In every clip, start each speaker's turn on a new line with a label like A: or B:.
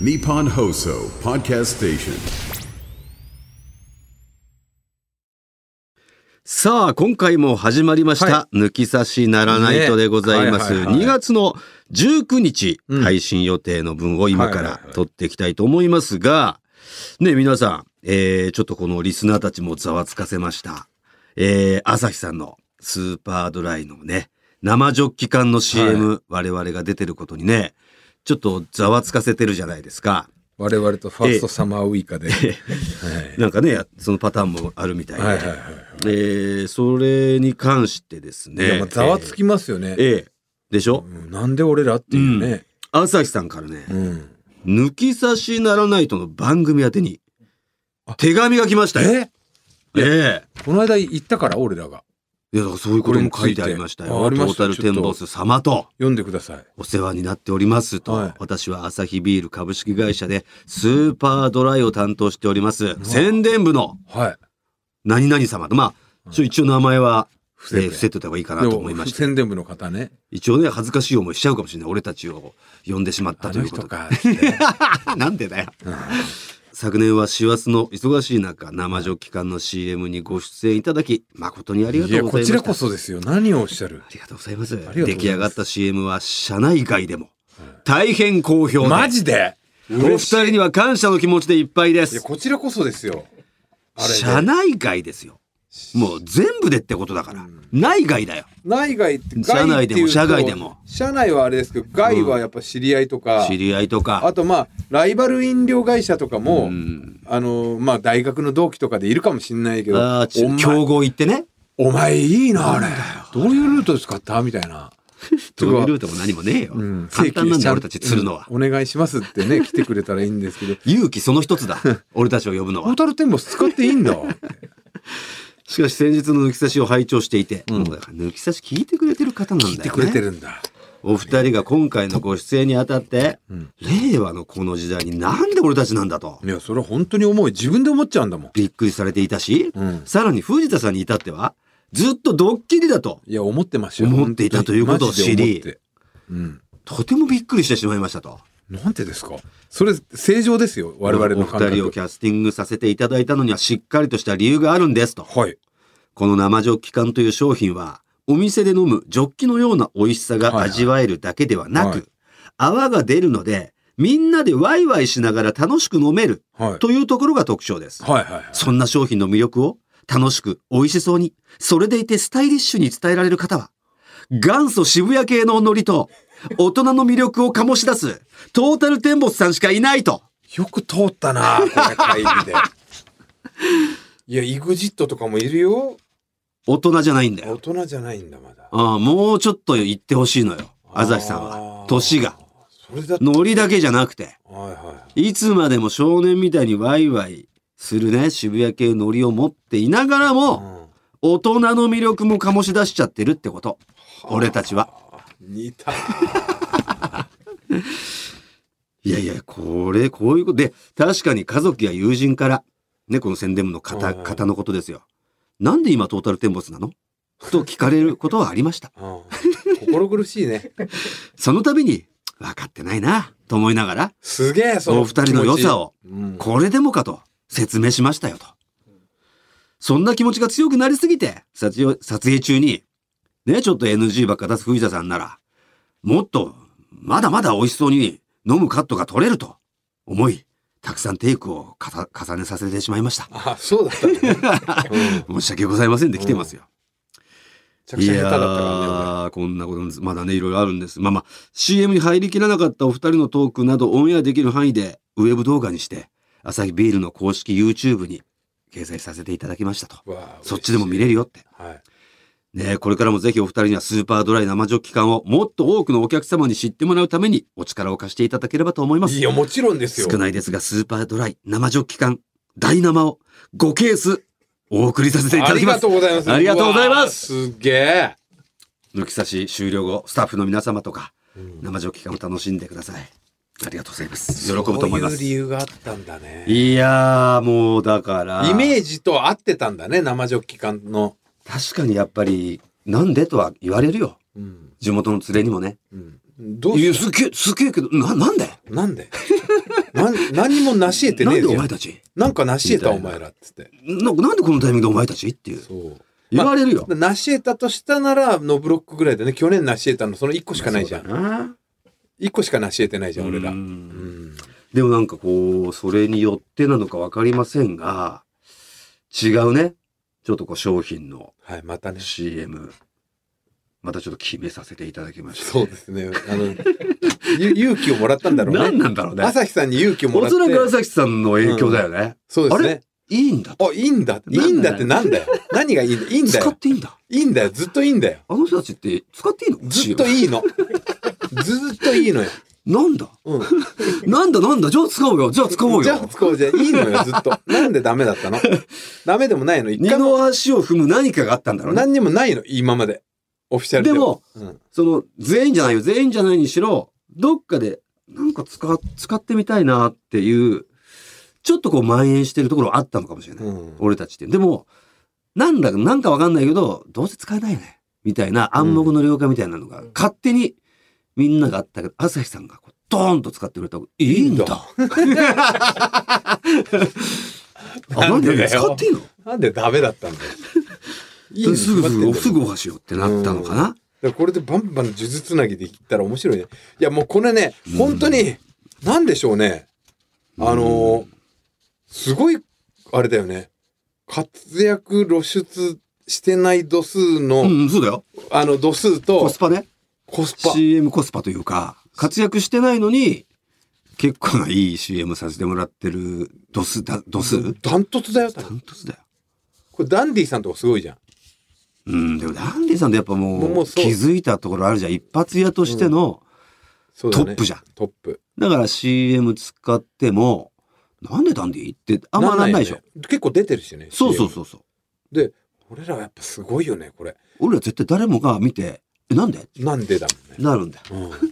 A: Nippon Hoso Podcast Station.
B: さあ、今回も始まりました、
C: は
B: 抜き差しならないとでございます。
C: ねはいはいはい
B: 2月の19日、
C: うん
B: 配信予定の分を今か
C: はい
B: ら
C: はいはい
B: 撮っていきたいと思いますが、ね、皆さん、えー、ちょっとこのリスナーたちもざわつかせました。えー、朝日さんのスーパードライのね、生ジョッキ缶の CM、我々が出てることにね、ちょっとざわつかせてるじゃないですか。
C: 我々とファーストサマーウイカで。はい
B: なんかね、そのパターンもあるみたいで。
C: はいはいはい。
B: えー、それに関してです
C: いや
B: ね
C: まあ。ざわつきますよね。
B: ええ。でしょ
C: うんなんで俺らっていうね。
B: 朝日さんからね、
C: うん。
B: 抜き差しならないとの番組宛てに、手紙が来ましたよ。
C: え
B: ええ。
C: この間行ったから俺らが
B: いや、だからそういうことも書いてありましたよ。
C: これについてああり
B: ト
C: ま
B: ー
C: した
B: タルテンボス様と。
C: 読んでください。
B: お世話になっておりますと、
C: はい
B: 私は朝日ビール株式会社でスーパードライを担当しております宣伝部の
C: はい。
B: 何々様とまあちょ一応名前は
C: 伏
B: 伏せ,、え
C: せて
B: ー伏せといた方がいいかな
C: で
B: と
C: も
B: 思いまして
C: 宣伝部の方ね。
B: 一応ね恥ずかしい思いしちゃうかもしれない俺たちを呼んでしまった
C: あ
B: とい
C: の
B: うこと
C: 人
B: で
C: か。つって
B: なんでだよ。昨年は師走の忙しい中、生ジョッキ缶の CM にご出演いただき、誠にありが
C: い
B: と
C: や
B: うござい
C: こ
B: ま
C: ち
B: す。
C: らこそですよ。何をおっしゃる
B: あ。りがとうございます。
C: がとうござい
B: 出
C: ます
B: 来上がった CM は社内外でも大変好評で、
C: マジで。
B: お二人には感謝の気持ちでいっぱいで
C: いや
B: す。
C: こちらこそですよ。あれで
B: 社内外ですよ。もう全部でってことだから。内外だよ。
C: 内外って
B: 社内
C: 外ってい
B: で
C: うと
B: も社外でも
C: 社内はあれですけど外はやっぱ知り合いとか、
B: 知り合いと
C: あ
B: か。
C: とまあライバル飲料会社とかも、
B: ん
C: あのまあ大学の同期とかでいるかもしんないけど
B: あーち
C: お前
B: 競合行ってね。
C: お前いいなあれどういうルート使ったみたいな、
B: どういうルートも何もねえよ。
C: うん、
B: 簡単なんだよ俺
C: 請求しちゃう
B: たち釣るのは。
C: うんお願いしますっ てね来てくれたらいいんですけど
B: 勇気その一つだ。俺たちを呼ぶの
C: ポ
B: は
C: ー。タルテンボス使っていいんだ
B: しかし先日の抜き差しを拝聴していて、もうだから抜き差し聞いてくれてる方なんだよ、ね、
C: 来てくれてるんだ
B: お二人が今回のご出演にあたって、令和のこの時代になんで俺たちなんだと
C: いやそれは本当に思う自分で思っちゃうんだもん
B: びっくりされていたし、
C: うん
B: さらに藤田さんに至ってはずっとドッキリだと
C: いや思ってましたよ
B: 思っていたということを知り
C: マジで思ってうん
B: とてもびっくりしてしまいましたと
C: なんてですかそれ正常ですよ我々の感
B: お二人を
C: 覚
B: キャスティングさせていただいたのにはしっかりとした理由があるんですと
C: はい
B: この生ジョッキ缶という商品は、お店で飲むジョッキのような美味しさが味わえるだけではなく、
C: はい
B: 泡が出るので、みんなでワイワイしながら楽しく飲める
C: はい
B: というところが特徴です。
C: はいはいはい
B: そんな商品の魅力を楽しく美味しそうに、それでいてスタイリッシュに伝えられる方は、元祖渋谷系のノリと、大人の魅力を醸し出す、トータルテンボスさんしかいないと。
C: よく通ったなこれ会議でいやイグジットとかもいるよ
B: 大人じゃないんだよ
C: 大。人じゃないんだまだ
B: ああ、もうちょっと言ってほしいのよ。朝日さん
C: あ
B: は。
C: ー
B: 年が。
C: それだと
B: ノリだけじゃなくて、
C: はいはい
B: つまでも少年みたいにワイワイするね、渋谷系ノリを持っていながら
C: い、
B: も、
C: うん
B: 大人の魅力も醸し出しちゃってるってこと。俺たちは。
C: 似た
B: いやいや、これ、こういうこと。で、確かに家族や友人から、ね、この宣伝部の方、
C: うん
B: 方のことですよ。なんで今トータルテンボスなのと聞かれることはありました。
C: うん心苦しいね
B: その度に、分かってないな、と思いながら、
C: すげえその
B: お二人の良さを
C: 気持ちうん
B: これでもかと説明しましたよと。そんな気持ちが強くなりすぎて、撮影撮影中に、ね、ちょっと NG ばっか出す藤田さんなら、もっと、まだまだ美味しそうに飲むカットが取れると思い、たくさんテイクをかた重ねさせてしまいました。
C: あそうだったね、うん、め
B: 申し訳ございませんで来てますよ。
C: ちゃくちゃ下手だった
B: い
C: から
B: や
C: ね
B: ーこんなことまだねいろいろあるんですまあまあ CM に入りきらなかったお二人のトークなどオンエアできる範囲でウェブ動画にして朝日ビールの公式 YouTube に掲載させていただきましたと
C: 俺わあ
B: そっちでも見れるよって
C: はい
B: ねこれからもぜひお二人にはスーパードライ生ジョッキ缶をもっと多くのお客様に知ってもらうためにお力を貸していただければと思います
C: いやもちろんですよ
B: 少ないですがスーパードライ生ジョッキ缶大生を5ケースお送りさせていた
C: あ
B: だき
C: り
B: ま
C: が
B: す
C: とうございます
B: ありがとうございます
C: うわあすげえ
B: 抜き差し終了後スタッフの皆様とか生ジョッキ缶を楽しんでくださいありがとうございます喜ぶと思いま
C: そう
B: す
C: いう理由があったんだね
B: いやーもうだから
C: イメージと合ってたんだね生ジョッキ缶の、
B: 確かにやっぱりなんでとは言われるよ
C: うん
B: 地元の連れにもね
C: うん、どう
B: い
C: し
B: やすっげえすっげえけどななんで
C: なんで なん何もなし得て
B: な
C: ね
B: ん
C: え
B: でお
C: じゃ
B: 前
C: ん
B: たち
C: なんかなし得たお
B: みたいな
C: 前らっつって
B: ななんでこのタイミングでお前たちっていう。
C: そう
B: 言われるよ。
C: なし得たとしたならノブロックぐらいだね去年なし得たのその1個しかないじゃん
B: そうだな
C: 1個しかなし得てないじゃん俺ら
B: う
C: うんん
B: でもなんかこう、それによってなのかわかりませんが、違うね。ちょっとこう商品の
C: はいまたね
B: CM、またちょっと決めさせていただきました。
C: そうですねあのゆ勇気をもらったんだろうね
B: 何なんだろうね。
C: 朝日さんに勇気をも
B: お
C: らっ
B: そ
C: て
B: らく朝日さんの影響だよね。
C: そうですね
B: いいんだって。
C: あいいんだいいんだってなんだよ何がいいんだいいんだ
B: 使っ
C: よ
B: ていいんだ。
C: いいんだよずっといいんだよ
B: あの人たちって使っていいの
C: ずっといいのずっといいのよ、
B: なんだ
C: うん、
B: なんだなんだじゃあ使おうよ。じゃあ使おう
C: じゃあ
B: よ。
C: 使おうじゃあいいのよずっとなんでダメだったのダメでもないの一
B: 二
C: 回も
B: の足を踏む何かがあったんだろうね。
C: 何にもないの今までオフィシャル
B: でも、
C: うん
B: その、全員じゃないよ。全員じゃないにしろ、どっかで、なんか使っ、使ってみたいなっていう、ちょっとこう蔓延してるところあったのかもしれない。
C: うん
B: 俺たちって。でも、なんだか、なんかわかんないけど、どうせ使えないよね。みたいな暗黙の了解みたいなのが、
D: うん
B: 勝手にみんながあったけど、朝日さんがこうドーンと使ってくれたいいんだ。 あ、なん
C: なんでだ
B: で
C: よ
B: 使っていいの
C: なんでダメだったんだよ いいの
B: すぐ
C: 決まってんだ
B: す
C: よ
B: ぐ、すぐお箸をってなったのかな、
C: だからこれでバンバン数珠つなぎでいったら面白いね。いやもうこれね、本当に、なんでしょうね。あのーすごい、あれだよね。活躍露出してない度数の、
B: うん、そうだよ。
C: あの度数
B: コ
C: と
B: スパね。
C: コスパ。
B: CM コスパというか、活躍してないのに、結構ないい CM させてもらってる度数、だ度数
C: ダントツだよ、多
B: ダ
C: 分
B: ントツだよ。
C: これダンディさんとかすごいじゃん。
B: うん、でもダンディさんってやっぱも
C: もうも
B: う
C: うそう
B: 気づいたところあるじゃん。一発屋としての
C: そ
B: ト
C: うだね。
B: ップじゃん。
C: トップ。
B: だから CM 使っても、なんでダンディってあんまなんないでしょ
C: よ。ね結構出てるしね。
B: そうそう
C: う。
B: そうそう。
C: で、俺らはやっぱすごいよね、これ。
B: 俺ら絶対誰もが見て、え、なんで
C: なんでだもんね。
B: なるんだよ。
C: う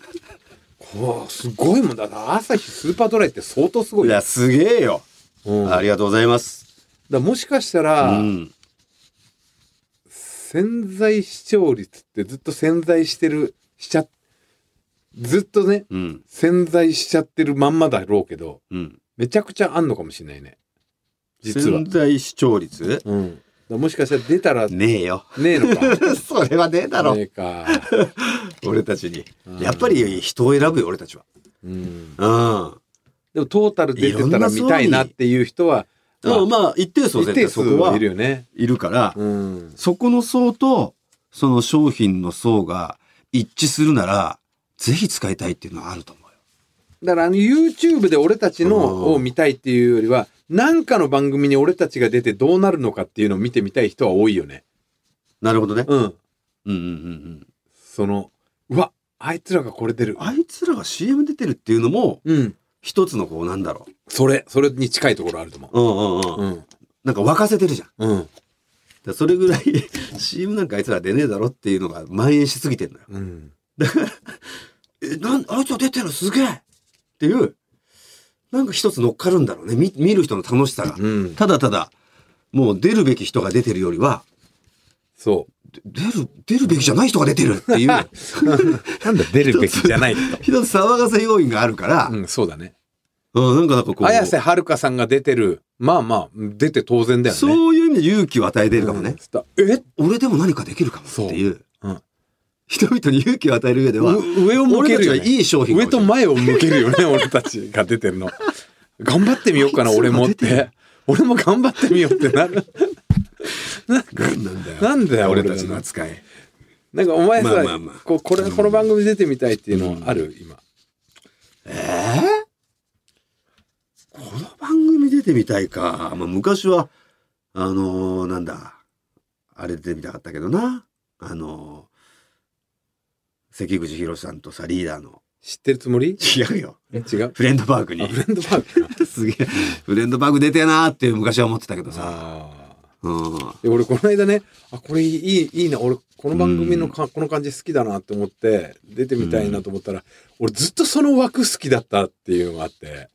C: ん。こうすごいもんだな。朝日スーパードライって相当すごいよ。
B: すげえよ。
C: うん、だか
B: りがとうございます。
C: らもしかした
B: う
C: ら、
B: ん。
C: 潜在視聴率ってずっと潜在してるしちゃずっとね
B: うん。
C: 潜在しちゃってるまんまだろうけど
B: うん。
C: めちゃくちゃあんのかもしれないね実は、
B: 在視聴率
C: うん、だからもしかしたら出たらね
B: ねえよ。
C: えのか
B: それはねえだろ
C: ねえか、
B: 俺たちに
C: うん
B: やっぱり人を選ぶよ俺たちは
C: うん、
B: うん
C: でもトータル出てたら見たいなっていう人は
B: でもまあ一定数は絶
C: 一
B: 対
C: 定
B: そ
C: 数
B: こはい
C: る
B: る
C: よね、
B: から
C: うん、
B: そこの層とその商品の層が一致するならぜひ使いたいっていうのはあると思うよ
C: だからあの YouTube で俺たち
B: うん
C: のを見たいっていうよりは何かの番組に俺たちが出てどうなるのかっていうのを見てみたい人は多いよね。
B: なるほどね
C: うん。
B: うんうんうんうん
C: そのうわあいつらがこれ出る。
B: あいつらが CM 出てるっていうのも
C: うん。
B: 一つのこうなんだろ
C: それそれに近いところあると思
B: ううんうんう
C: う。
B: ん
C: うん。
B: なんか沸かせてるじゃんだか
C: うん。
B: らそれぐらい CM なんかあいつら出ねえだろっていうのが蔓延しすぎてんのよ
C: うん。
B: え、なん、あいつは出てる、すげえっていう、なんか一つ乗っかるんだろうね。見、見る人の楽しさが。
C: うん。
B: ただただ、もう出るべき人が出てるよりは、
C: そ
B: で出る、出るべきじゃない人が出てるっていう、
C: う。なんだ出るべきじゃない人。
B: 一つ騒がせ要因があるから、
C: うん、そうだね。
B: うん、なんかなんかこう、
C: 綾瀬はるかさんが出てる。まあまあ、出て当然だよね。う
B: そういう意味で勇気を与えてるかもね。
C: ん。え
B: 俺でも何かできるかもっていう、
C: そううん
B: 人々に勇気を与える上では、
C: う上を向
B: 俺
C: け
B: たちは
C: るよ、ね。
B: いい商品か
C: 上
B: もしれ
C: と
B: ない
C: 前を向けるよね 俺たちが出てるの頑張ってみようかな
B: あいつら
C: 俺
B: が
C: もっ
B: 出て
C: て俺も頑張ってみようってなる
B: 何なんだよ。
C: なんだよ
B: 俺た
C: 俺た
B: ち
C: ち
B: の
C: の
B: 扱い。
C: なんかお前さ、
B: まあまあまあ
C: こうこれこの番組出てみたいっていうのはある、今
B: えーこの番組出てみたいか。まあ、昔は、あのーなんだ、あれ出てみたかったけどな。あのー関口宏さんとさ、リーダーの。
C: 知ってるつもり
B: 違うよ。
C: 違う
B: フレンドパーク
C: あ
B: に
C: フ。レンドパーク
B: すげえ。フレンドパーク出てえなーって昔は思ってたけどさ。
C: ああ
B: うん。
C: で俺この間ねあこれいいいいな俺この番組のか、この感じ好きだなって思って出てみたいなと思ったら、俺ずっとその枠好きだったっていうのがあって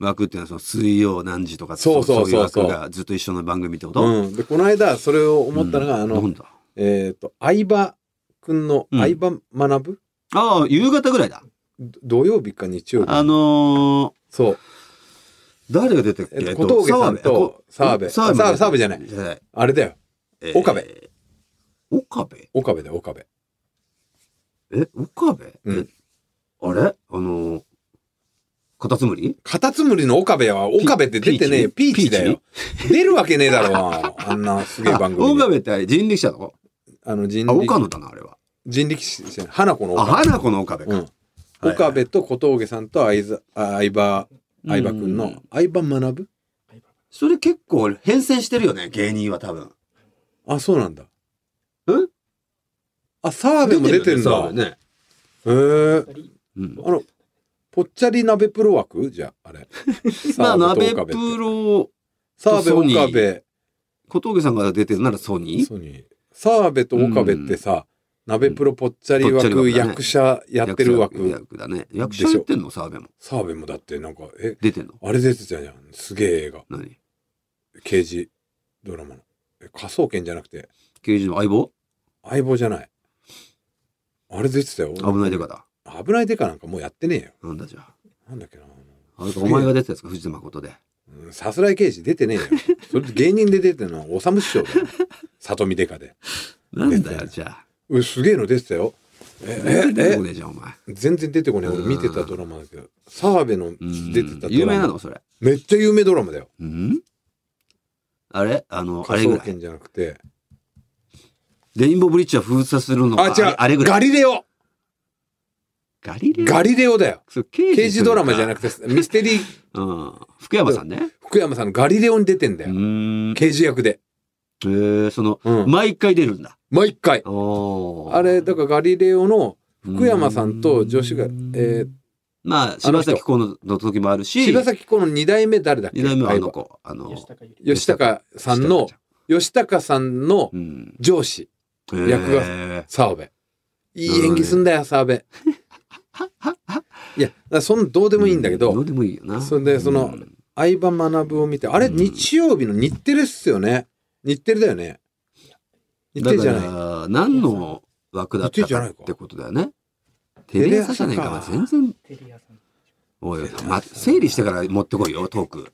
B: 枠っていうのはその水曜何時とか
C: そうそうそうそう
B: いう枠がずっと一緒の番組ってこと、
C: うん、でこの間それを思ったのが、あの
B: なんだ
C: えっ、と、相葉くんの、
B: うん
C: 相葉学ぶ
B: ああ、夕方ぐらいだ。
C: 土曜日か日曜日
B: あの
C: そう
B: ー、誰が出てっけ、
C: えっと小峠さんと
B: 澤部
C: 澤部
B: 澤部
C: 澤部じゃない
B: じゃない。
C: あれだよ
B: えー
C: 岡部。
B: 岡部
C: 岡部だよ岡部
B: え、岡部、
C: うん
B: えあれあのー、カタツムリ
C: カタツムリの岡部は岡部って出てねえよ
B: ピーチ
C: ピーチだよ出るわけねえだろうなあんなすげえ番組
B: あ岡
C: に
B: 部ってあれ人力車の
C: あの人
B: あ、岡
C: 力
B: 野だな、あれは。
C: 人力士じゃない花子の
B: あ、
C: 岡
B: 花子の岡部
C: 部う
B: か。
C: ん岡部と小峠さんと相ざあ相葉相葉くん
B: う
C: の相葉学ぶ
B: それ結構変遷してるよね、芸人は多分。
C: あそうなんだ
B: ん
C: あ澤部も出てるんだ
B: よね澤部ね。
C: へえ
B: うん
C: あのぽっちゃり鍋プロ枠じゃああれ
B: まあ、
C: 澤部
B: 鍋
C: と岡部って
B: プロ、
C: 澤部
B: ソニー
C: 岡部
B: 小峠さんが出てるならソニー
C: ソニー澤部と岡部ってさ、鍋プロぽっちゃり
B: ぽっちゃり枠
C: 枠、
B: だね
C: 役者やってる
B: 役者
C: 枠
B: 役だね。役者やってんの澤部も。
C: 澤部もだってなんかえ
B: 出てんの
C: あれ出てたじゃんすげえ映画
B: 何
C: 刑事ドラマのえ科捜研じゃなくて
B: 刑事の相棒
C: 相棒じゃないあれ出てたよ
B: 危ない出方。
C: 危ないデカなんかもうやってねえよ
B: なんだじゃあ。
C: なんだっけな
B: あれかお前が出てたやつか、藤田誠で。
C: うんさすらい刑事出てねえ よそれ芸人で出てるのはおさむ師匠だよ里見デカで
B: なんだ
C: 出て
B: よ、
C: る
B: じゃあ。
C: うすげえの出てたよえ
B: 出て
C: え
B: こねえじゃん、お前。
C: え全然出てこねえ俺見てたドラマだけど澤部の
B: うん
C: 出てたドラマ
B: 有名なのそれ。
C: めっちゃ有名ドラマだよ
B: うんあれあの、あ
C: 科
B: れぐ
C: 捜
B: らい。
C: 研じゃなくて
B: レインボーブリッジは封鎖するのか
C: あ違う
B: あれぐら
C: ガ
B: い。
C: リレオ
B: ガリレオ
C: ガリレオだよ
B: そう刑
C: 刑事ドラマじゃな
B: く
C: くてミステリー
B: て。うん。福山さんね。
C: 福山さんのガリレオに出てんだ
B: う
C: よ、
B: ーん。
C: 刑事役で、
B: えー、その、
C: うん
B: 毎回出るんだ。
C: 毎回
B: おー
C: あれだからガリレオの福山さんと女子が
B: うん
C: えー
B: まあ、
C: あの
B: 柴
C: 人
B: 咲コウのの時もあるし、
C: 柴咲コウの2代目誰だっけ
B: 二代目はあ
C: 相
B: の
C: 葉
B: 子。あの、
D: 吉高由里
C: 吉高さんの
B: 吉
C: 吉高さん
B: 高
C: の
B: ちゃん、うん。
C: 上司役が
B: え
C: 澤部い
B: なるほ
C: い
B: どね
C: 演技すんだよ澤部いやだからそんどうで
B: で
C: もいいんだけど、
B: どうでもいいよな。
C: それでその
B: うん
C: 相葉学を見てあれ
B: うん
C: 日曜日の日テレっすよね日テレだよね日テレじゃ
B: だ
C: ない
B: から何の枠だったかってことだよね。テレ朝じゃないかな。
C: テ
B: 全
C: レ朝
B: 然、
D: テリアさん
B: おい、ま、整理してから持ってこいよ、トーク。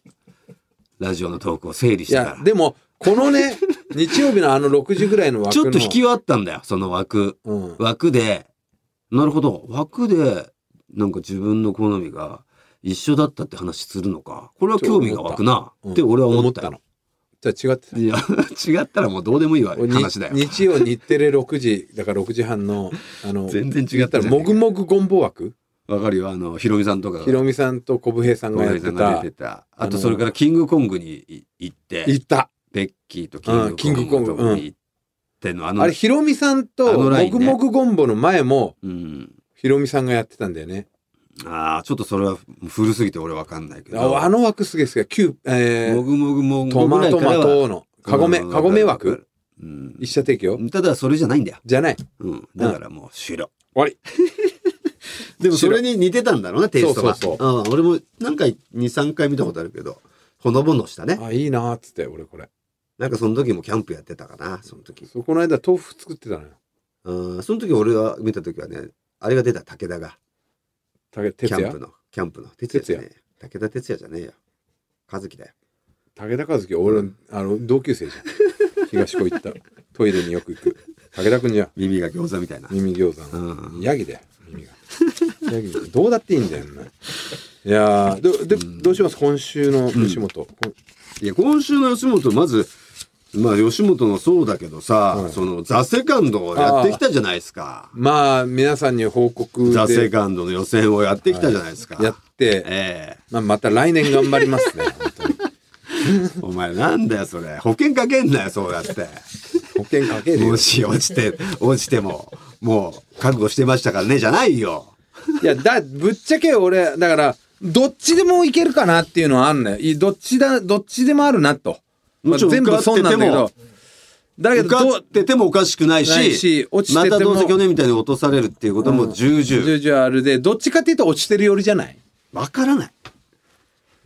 B: ラジオのトークを整理し
C: い
B: てか
C: や
B: ら。
C: でもこのね 日曜日のあの6時ぐらいの枠
B: ち
C: の
B: ょっと引きはあったんだよ、その枠。
C: うん、
B: 枠で、なるほど、枠で、なんか自分の好みが一緒だったって話するのか。これは興味が湧くな、
C: うん
B: って俺は思ったよ。
C: のじゃあ違ってた
B: いや、 違ったらもうどうでもいいわ、
C: 俺に
B: 話だよ。
C: 日曜日テレ6時だから6時半のあの
B: 全然違
C: 言
B: っ
C: ったた
B: じ
C: ら
B: ゃねえ
C: もぐもぐゴンボ枠
B: わかるよ、あの、ヒロミさんとかが
C: ひろみさんと小武平さんがやって
B: が
C: た
B: 出てた。あとそれからキングコングにい行って、
C: いた
B: ベッキーと
C: うん
B: キングコングのとこに行っての、あの、
C: あれひろみさん
B: あ
C: と
B: の
C: も
B: ライン
C: ぐ
B: ね
C: もぐゴンボの前も
B: うん。
C: ひろみさんがやってたんだよね
B: ああ、ちょっとそれは古すぎて俺わかんないけど。
C: ああの枠すげえすげえキューえ
B: も
C: ー
B: ぐもぐもぐ
C: ト
B: ぐら
C: マ
B: い
C: ト
B: から
C: マ
B: は
C: トのカゴメ
B: うん
C: カゴメ枠
B: うん。
C: 一社提供
B: ただそれじゃないんだよ。
C: じゃない
B: うん。だからもう終了。
C: 終わり
B: でもそれに似てたんだろうな、テイストが。
C: そうそう
B: うん。俺も何回、2、3回見たことあるけど、ほのぼのしたね。
C: あいいなーっつって俺これ
B: なんかその時もキャンプやってたかな、その時。
C: そうこの間豆腐作ってたのよ
B: うんその時俺は見た時はね、あれが出た武田が、
C: 武
B: キ
C: 哲
B: ャンプ
C: 也
B: の、キャンプの、哲也じゃねえよ。武田哲也じゃねえよ。和樹だよ。
C: 武田和樹俺のあの同級生じゃん 東高行ったトイレによく行く武田君じゃん
B: 耳が餃子みたいな。
C: 耳餃子
B: う
C: の
B: ん。
C: ヤギだよ耳がヤギどうだっていいんだよな、いやーどでどうします今週の吉本、こん
B: いや、今週の吉本、まず、まあ、吉本のそうだけどさ、
C: はい
B: その、ザ・セカンドをやってきたじゃないですか。
C: まあ皆さんに報告
B: ザ・セ
C: で
B: カンドの予選をやってきたじゃないですか。
C: やって、
B: え
C: まあ、また来年頑張りま すね本当に
B: えお前なんだよ、それ。保険かけんなよ、そうやって。
C: 保険かけるよ
B: もし落ちて、落ちても、もう、覚悟してましたからね、じゃないよ。
C: いやだぶっちゃけ俺だからどっちでもいけるかなっていうのはあんのよいどっちだどっちでもあるなと、ま
B: も
C: あ、
B: ちろん
C: 全部損なんだけ
B: 受かっ
C: どだけ
B: 受
C: ど
B: か
C: ど
B: っ
C: う
B: ててもおかしくない
C: ない
B: し、
C: し落ちて
B: ま
C: て
B: たど
C: も
B: うせ去年みたいに落とされるっていうことも重々。
C: 重々あるでどっちかっていうと落ちてるよりじゃない
B: わからない。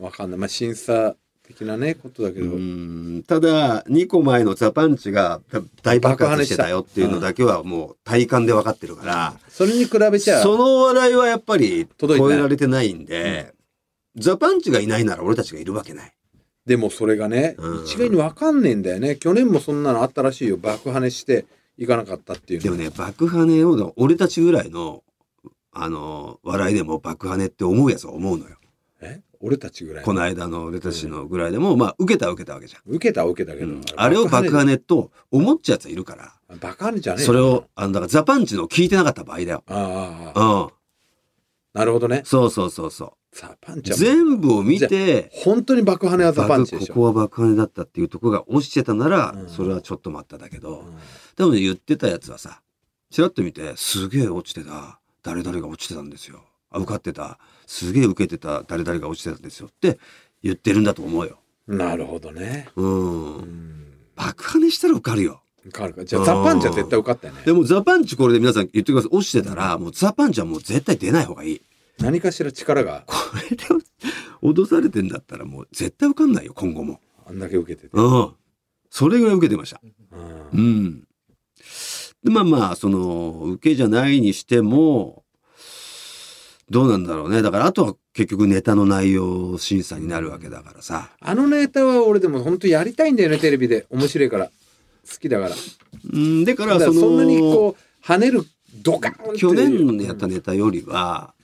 C: わかんないまあ審査的なねことだけ
B: う
C: ど、
B: んただ2個前のザ・パンチがだ大爆発してたよっていうのだけはもう体感で分かってるから、
C: それに比べちゃ
B: その笑いはやっぱり
C: 届いてな
B: 超
C: い
B: えられてないんで、ザ・パンチがいないなら俺たちがいるわけない。
C: でもそれがね、
B: うん
C: 一概に分かんねえんだよね去年もそんなのあったらしいよ爆跳ねしていかなかったっていう
B: で
C: の
B: もね、爆跳ねを、俺たちぐらいの、あの、笑いでも爆跳ねって思うやつは思うのよ。
C: え俺たちぐらい
B: この間の俺たちのぐらいでも、まあ、受けたは受けたわけじゃん。
C: 受けたは受けたけ
B: う
C: ど、
B: んあれを爆跳ねと思っちゃうやつはいるから、
C: 爆跳ねじゃねえよ
B: それを、あの、だからザ・パンチの聞いてなかった場合だよ。
C: あああああ
B: う
C: あ
B: ん。
C: なるほどね
B: そうそうそうそ
C: ザパン
B: う。
C: チは
B: 全部を見て、
C: 本当に爆跳ねはザパンチで
B: 爆
C: し
B: こ
C: ょ
B: こは爆跳ねだったっていうところが落ちてたなら、
C: うん
B: それはちょっと待っただけど、
C: うん
B: でもね言ってたやつはさ、ちらっと見て、すげえ落ちてた、誰々が落ちてたんですよ。あ、受かってた、すげえ受けてた、誰々が落ちてたんですよって言ってるんだと思うよ。
C: なるほどね
B: うん。
C: うん
B: 爆破ねしたら受かるよ。
C: わかるかじゃあザパンチは絶対受かったよね
B: でもザパンチこれで皆さん言ってください。落ちてたら、もうザパンチはもう絶対出ない方がいい。
C: 何かしら力が
B: これ で脅されてんだったらもう絶対受かんないよ、今後も。
C: あんだけ受けてて、
B: うん。それぐらい受けてました。
C: うん
B: うん。でまあまあその受けじゃないにしてもどうなんだろうねだからあとは結局ネタの内容審査になるわけだからさ
C: あのネタは俺でも本当やりたいんだよねテレビで面白いから好きだから
B: うんだか
C: だ
B: ら
C: か
B: そ
C: ら
B: の
C: そんなにこう跳ねるドカーンっていう
B: 去年のやったネタよりは、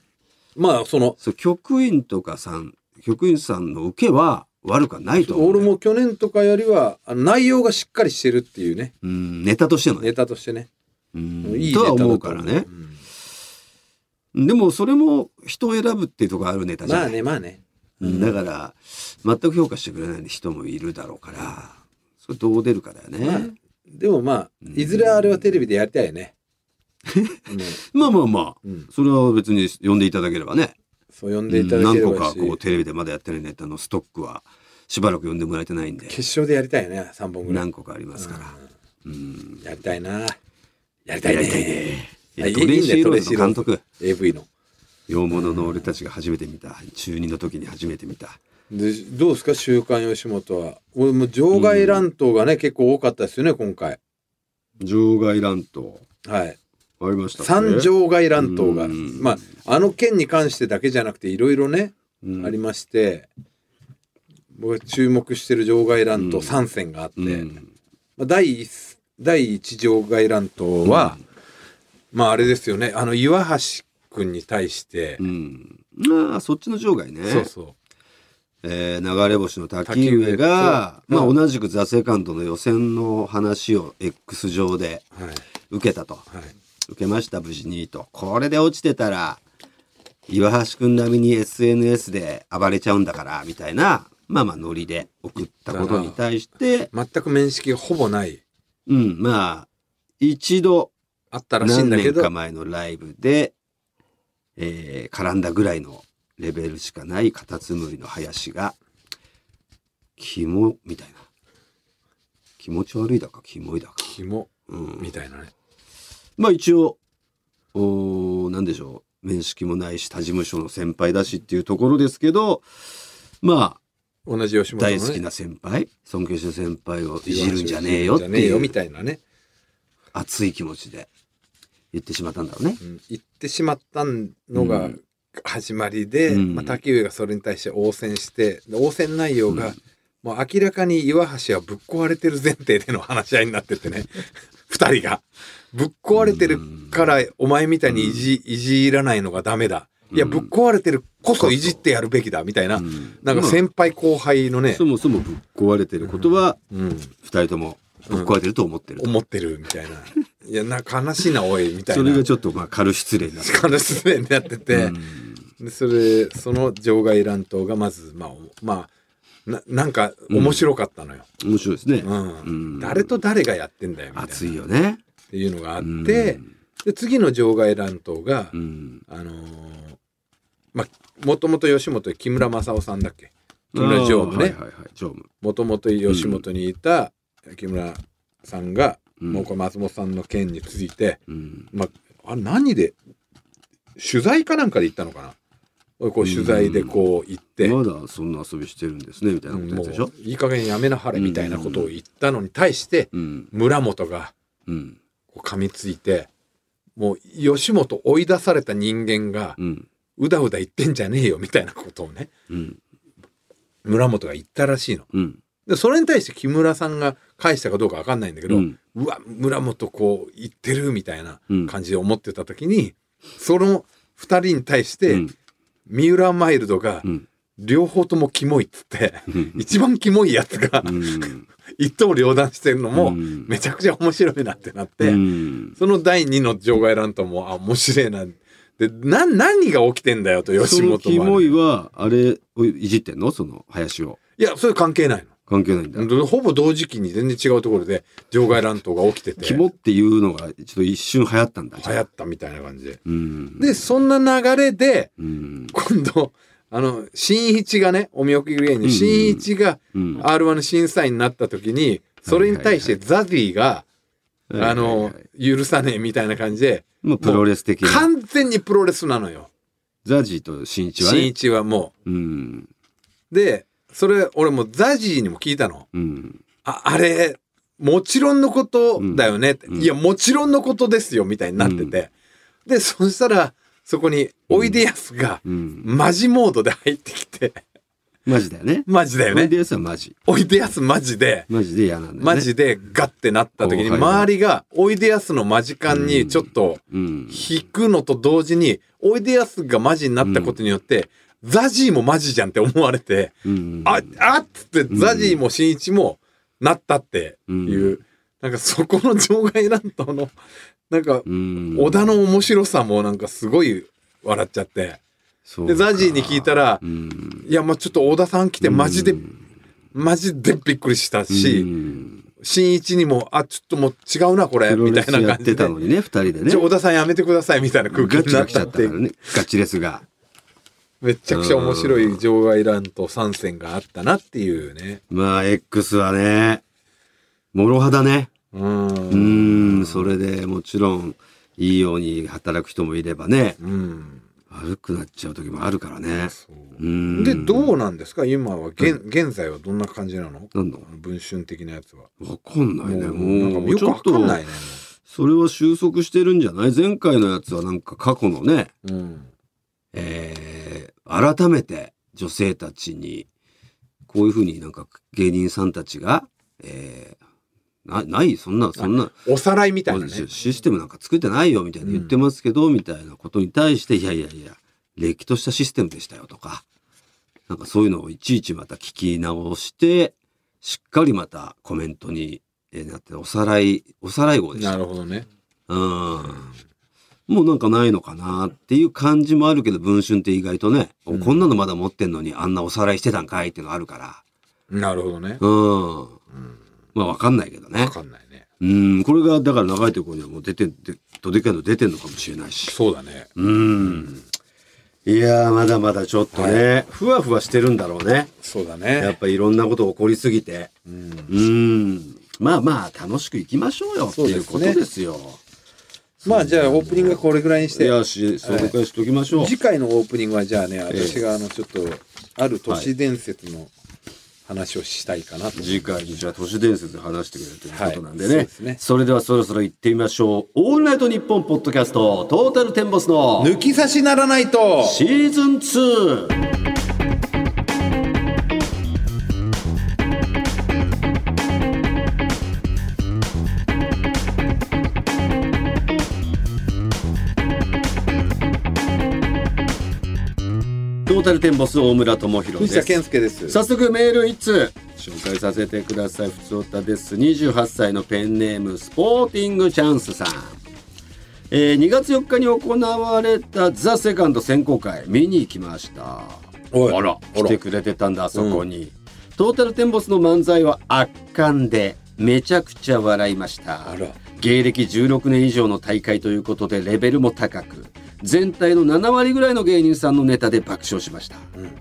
C: まあその
B: そう局員とかさん局員さんの受けは悪くはないと思う、
C: 俺、も去年とかよりはあの内容がしっかりしてるっていうね
B: うん、ネタとしてのね
C: ネタとしてね
B: うん
C: いいネタ
B: と
C: だ
B: は
C: と
B: 思うからね、
C: うん
B: でもそれも人を選ぶっていうところあるネタじゃ
C: ま
B: な
C: あ
B: い
C: ねまあね
B: うんだから全く評価してくれない人もいるだろうからそれどう出るかだよね、
C: まあでもまあいずれあれはテレビでやりたいよ ね
B: まあまあまあ
C: うん、うん
B: それは別に呼んでいただければね
C: そう呼んで
B: う
C: い
B: ん
C: ただ
B: 何
C: けれ
B: 個
C: ばい
B: か
C: いし、
B: こうテレビでまだやってるネタのストックはしばらく呼んでもらえてないんで
C: 決勝でやりたいよね3本ぐらい
B: 何個かありますからうん
C: やりたいなやりたいね
B: やりたいねいや
C: いい
B: トレイシー・ローズ
C: いいん
B: の監
C: だよ
B: 督
C: AV の
B: 洋物の俺たちが初めて見た中二の時に初めて見た
C: でどうですか「週刊吉本は」俺も場外乱闘がね、結構多かったですよね今回
B: 場外乱闘
C: はい
B: ありましたね
C: 三場外乱闘が
B: うん
C: まああの件に関してだけじゃなくていろいろね、
B: うん
C: ありまして僕が注目してる場外乱
B: うん
C: 闘3戦があって、
B: うん
C: まあ、第一第1場外乱闘は、まああれですよねあの岩橋君に対して、
B: うんああそっちの場外ね
C: そうそう
B: えー、流れ星の滝上が、
C: 滝上
B: まあ、
C: と
B: 同じくザ・セカンドの予選の話を X 上で
C: はい
B: 受けたと
C: はい
B: 受けました無事にとこれで落ちてたら岩橋君並みに SNS で暴れちゃうんだからみたいなまあまあノリで送ったことに対して
C: 全く面識がほぼない
B: うんまあ一度
C: あったらしい
B: 何
C: んだけ
B: 年
C: ど
B: か前のライブで、えー絡んだぐらいのレベルしかないカタツムリの林が、キモ、みたいな。気持ち悪いだか、キモいだか。
C: 肝
B: うん
C: みたいなね
B: まあ一応、おーなんでしょう。面識もないし、他事務所の先輩だしっていうところですけど、まあ、
C: 同じ吉本の、ね、
B: 大好きな先輩、尊敬してる先輩をいじるんじゃねえよって
C: じゃねえ
B: い
C: よ
B: う
C: みたいなね、
B: 熱い気持ちで言ってしまったんだろうね。
C: うん言ってしまったの
B: う
C: が
B: ん
C: 始まりで、
B: うん
C: まあ、竹上がそれに対して応戦してで応戦内容が、もう明らかに岩橋はぶっ壊れてる前提での話し合いになっててね 二人がぶっ壊れてるからお前みたいにいじ,、いじらないのがダメだいや
B: うん
C: ぶっ壊れてるこそいじってやるべきだみたいな、
B: うん
C: なんか先輩後輩のね、
B: そもそもぶっ壊れてることは、
C: うん、
B: 二人ともぶっ壊れてると思ってると、
C: 思ってるみたいな。いや、なんか悲しいな、おい、みたい
B: そ
C: な。
B: れがちょっとまあ軽失礼になって
C: 悲しいになってて、でそれ、その場外乱闘がまず、まあ、おまあ、ななんか面白かったのよ、
B: 面白いですね、
C: うん
B: うん
C: 誰と誰がやってんだよみたいな
B: 熱いよね
C: っていうのがあって、
B: うん
C: で次の場外乱闘が、
B: うん
C: あのーまあもともと吉本で木村正夫さんだっけ木村常務
B: あ
C: ね
B: ーはいはいはい常務
C: もともと吉本にいた木村さんが、
B: うん
C: もうこれ松本さんの件について、
B: うん
C: まあ、あれ何で取材かなんかで行ったのかなこう取材でこう行って、
B: まだそんな遊びしてるんですねみたいなことや
C: も
B: つでしょ
C: ういい加減やめなはれみたいなことを言ったのに対して、
B: うん
C: 村本が
B: うん
C: こう噛みついてもう吉本追い出された人間が
B: うん
C: うだうだ言ってんじゃねえよみたいなことをね
B: うん
C: 村本が言ったらしいの。
B: うん
C: でそれに対して木村さんが返したかどうかわかんないんだけど、
B: う
C: うんわ村本こう言ってるみたいな
B: うん
C: 感じで思ってた時に、その2人に対して、
B: うん
C: 三浦マイルドが
B: うん
C: 両方ともキモいっつって、一番キモいやつが
B: うん
C: 一刀両断してるの
B: う
C: も
B: ん
C: めちゃくちゃ面白いなってなって、
B: うん
C: その第2の場外乱闘もあ面白いなでな何が起きてんだよと
B: そ
C: 吉本
B: の
C: は
B: キモいはあれをいじってんのその林を
C: いやそれ関係ない
B: 関係ないんだ
C: のほぼ同時期に全然違うところで場外乱闘が起きてて
B: キモっていうのがちょっと一瞬流行ったんだ
C: 流行ったみたいな感じで。
B: うん
C: で、そんな流れで、
B: うん
C: 今度、あの、新一がね、お見送り芸
B: うん
C: 人、新一が
B: うん
C: R1 の審査員になった時に、それに対してザディが、あ
B: はい
C: の
B: はいはい、
C: 許さねえみたいな感じで、
B: もうプロレス的な
C: 完全にプロレスなのよ。
B: ザジーと新一は
C: 新
B: ね
C: 一はも
B: うん
C: う。で、それ、俺もザジーにも聞いたの。
B: うん
C: あ、あれ、もちろんのことだよねって、
B: うん
C: いや、もちろんのことですよ、みたいになってて。で、そしたら、そこに、おいでやすが、
B: うん
C: マジモードで入ってきて、
B: マジだよね
C: マジだよ
B: マジ
C: ね。
B: でやつはマジ
C: おいでやすマジで、
B: マジで嫌なんだよね
C: マジでガッてなった時に、
B: 後輩が
C: 周りがおいでやすのマジ感にちょっと
B: うん
C: 引くのと同時に、おいでやすがマジになったことによって、ザジーもマジじゃんって思われて、
B: うん
C: あ、あっつってザジーも新一もなったっていう、なんかそこの場外乱闘の、なんか
B: うん
C: 小田の面白さもなんかすごい笑っちゃって、
B: そうか
C: で、ザジーに聞いたら
B: う、ん
C: いや、まあちょっと小田さん来てマジで、マジでびっくりした
B: う
C: し、
B: ん
C: 新一にも、あ、ちょっともう違うな、これ、
B: プロ
C: みた
B: レ
C: い
B: ス
C: な
B: やっ
C: 感
B: て
C: じで
B: た。のにね二人でね
C: ちょ小田さんやめてください、みたいな空気
B: ガ
C: に
B: チ
C: な
B: が
C: っ
B: 来ち
C: た
B: ゃ
C: っ
B: ったか
C: て
B: ら。ねガチレスが
C: めちゃくちゃ面白い場外乱闘参戦があったなっていうね。
B: まあ X はね諸刃だね
C: うー。
B: うんんそれでもちろんいいように働く人もいればね
C: うん。
B: 悪くなっちゃう時もあるからね
C: そうう。
B: ん
C: で、どうなんですか今は、現現在はどんな感じなの
B: なんだ
C: あの文春的なやつは。
B: わかんないね
C: もうな
B: も
C: ん
B: う
C: かよ
B: ち
C: く
B: ょ
C: わ
B: っ
C: か
B: と
C: んないね。
B: それは収束してるんじゃない前回のやつはなんか過去のね
C: うん。
B: えー改めて女性たちにこういうふうになんか芸人さんたちが、えーなないそんなそんな、
C: おさらいみたいなね。
B: システムなんか作ってないよみたいな言ってますけど、みたいなことに対していやいやいやれっきとしたシステムでしたよとかなんかそういうのをいちいちまた聞き直してしっかりまたコメントに、えーなっておさらいおさらい号でした
C: なるほどね。
B: うんもうなんかないのかなっていう感じもあるけど、文春って意外とね、おこんなのまだ持ってんのにあんなおさらいしてたんかいっていうのあるから。
C: なるほどね。
B: うん。
C: うん。
B: まあわかんないけどね
C: わ。かんないね。
B: うん。これがだから長いところにはもう出て、でどでかいの出てんのかもしれないし。
C: そうだね。
B: うん。いやー、まだまだちょっとね、ふわふわしてるんだろうね。
C: そうだ
B: や
C: ね
B: っ。ぱいろんなこと起こりすぎて。
C: うん。
B: うん。まあまあ、楽しくいきましょうよっていうことですよ。
C: まあじゃあオープニングはこれぐらいにし
B: い
C: て、
B: や、し、紹介しときましょう。
C: 次回のオープニングはじゃあね、
B: ええ
C: 私があのちょっと、ある都市伝説の話をしたいかなと。
B: 次回じゃあ都市伝説で話してくれるということなんでね,、
C: はいそうで
B: そ
C: すね
B: れではそろそろ行ってみましょう「オールナイトニッポン」ポッドキャストトータルテンボスの
C: 抜き差しならないと
B: シーズン2トータルテンボス大村智弘で
C: 藤田
B: す
C: 健介です。
B: 早速メール一通紹介させてくださいふつおたです28歳のペンネームスポーティングチャンスさん、えー2月4日に行われたザ・セカンド選考会見に行きました
C: おい
B: あら
C: あ
B: 来
C: ら
B: てくれてたんだあそこに、トータルテンボスの漫才は圧巻でめちゃくちゃ笑いました
C: あら
B: 芸歴16年以上の大会ということでレベルも高く全体の7割ぐらいの芸人さんのネタで爆笑しました
C: うん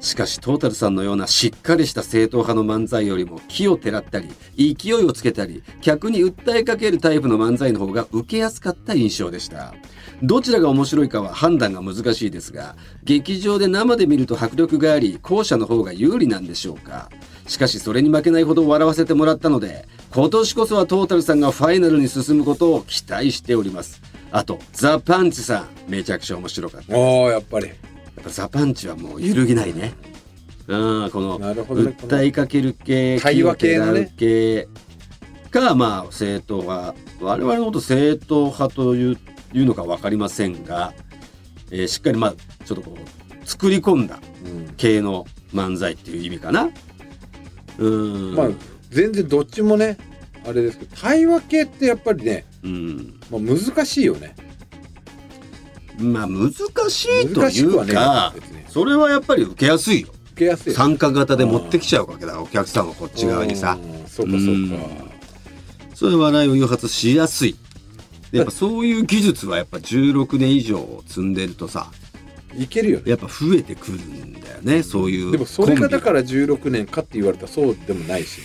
B: しかしトータルさんのようなしっかりした正統派の漫才よりも木をてらったり勢いをつけたり客に訴えかけるタイプの漫才の方が受けやすかった印象でしたどちらが面白いかは判断が難しいですが劇場で生で見ると迫力があり後者の方が有利なんでしょうかしかしそれに負けないほど笑わせてもらったので今年こそはトータルさんがファイナルに進むことを期待しておりますあとザ・パンチさんめちゃくちゃ面白かった
C: おおやっぱり
B: やっぱザパンチはもう揺るぎないね。うん、この
C: なるほどね
B: 訴えかける系、
C: 対話系のね
B: 清手だる系か、まあ、正統派。我々のこと正統派といういうのか分かりませんが、えーしっかり、まあ、ちょっとこう、作り込んだ系の漫才っていう意味かな。うん。
C: まあ全然どっちもねあれですけど対話系ってやっぱりね、
B: うん。
C: まあ、難しいよね
B: まあ、難しいと
C: 難
B: い
C: しくは
B: う
C: ね
B: か、
C: 別に
B: それはやっぱり受けやすいよ。
C: 受けやすいよ
B: 参加型で持ってきちゃうわけだ。お客さんをこっち側にさ。
C: うんそうかそうか
B: それで笑いを誘発しやすい。でやっぱそういう技術はやっぱ16年以上積んでるとさ、
C: いけるよね
B: やっぱ増えてくるんだよね、そういうコンビ。
C: でもそれがだから16年かって言われたらそうでもないしね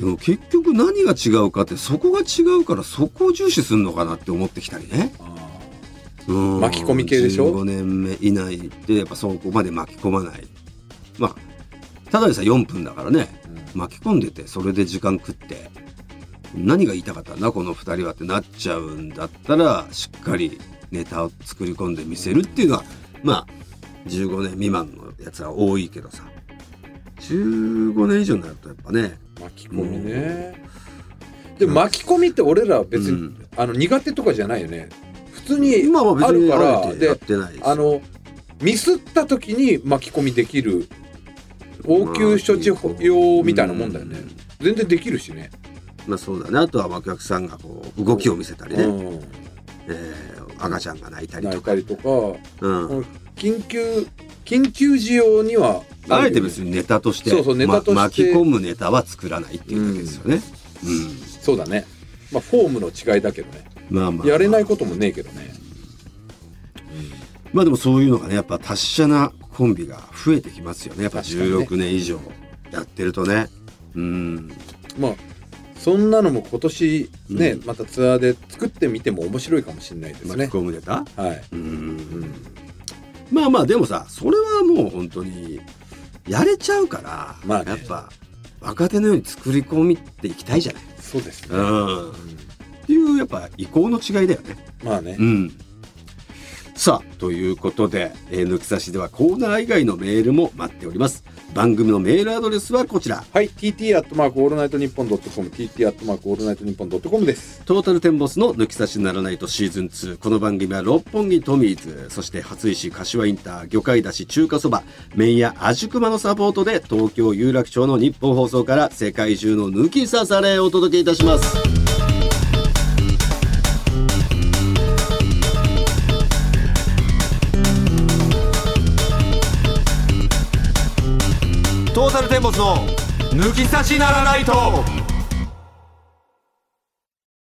B: でも結局何が違うかって、そこが違うからそこを重視するのかなって思ってきたりね。うん
C: 巻き込み系でしょ
B: ?15 年目以内でやっぱそこまで巻き込まない。まあ、ただでさえ4分だからね、巻き込んでて、それで時間食って、何が言いたかったんだ、この2人はってなっちゃうんだったら、しっかりネタを作り込んで見せるっていうのは、まあ、15年未満のやつは多いけどさ、15年以上になるとやっぱね、
C: 巻き込みねでも巻き込みって俺らは別に、
B: うん
C: あの苦手とかじゃないよね普通に
B: 今は別
C: ある
B: に
C: か
B: あ
C: ら
B: えてやっ
C: で
B: てないです
C: あのミスった時に巻き込みできる応急処置法用みたいなもんだよね、
B: うん
C: 全然できるしね
B: まあそうだね。あとはお客さんがこう動きを見せたりね、
C: うん、
B: えー赤ちゃんが泣いたり
C: 泣
B: と
C: い
B: か。
C: たりとか
B: うん。
C: 緊急緊急需要には
B: あえて別にネタとして
C: そうそうネタとして
B: ま巻き込むネタは作らないっていうだけですよね。う
C: そうだねまあフォームの違いだけどね
B: ん。まあまあ。
C: やれないこともねえけどね
B: まあでもそういうのがね、やっぱ達者なコンビが増えてきますよね。やっぱ
C: 確かにね
B: 16年以上やってるとね。うん。
C: まあそんなのも今年ね、
B: う
C: またツアーで作ってみても面白いかもしれないです
B: 巻き
C: ね
B: 込むネタ
C: はい
B: うん。まあまあでもさ、それはもう本当にやれちゃうから、
C: まあね
B: やっぱ若手のように作り込みっていきたいじゃない。
C: そうですね、
B: うん。っていうやっぱ意向の違いだよね。
C: まあね、
B: うん。さあ、ということで、えー抜き差しではコーナー以外のメールも待っております。番組のメールアドレスはこちら。
C: はい TT アットマークオールナイトニッポンドットコム TT アットマークオールナイトニッポンドットコムです
B: トータルテンボスの抜き差しならないとシーズン2。この番組は六本木トミーズ、そして初石柏インター、魚介だし中華そば、麺屋あじくまのサポートで東京有楽町の日本放送から世界中の抜き差されをお届けいたします。トータルテンボスの抜き差しならないと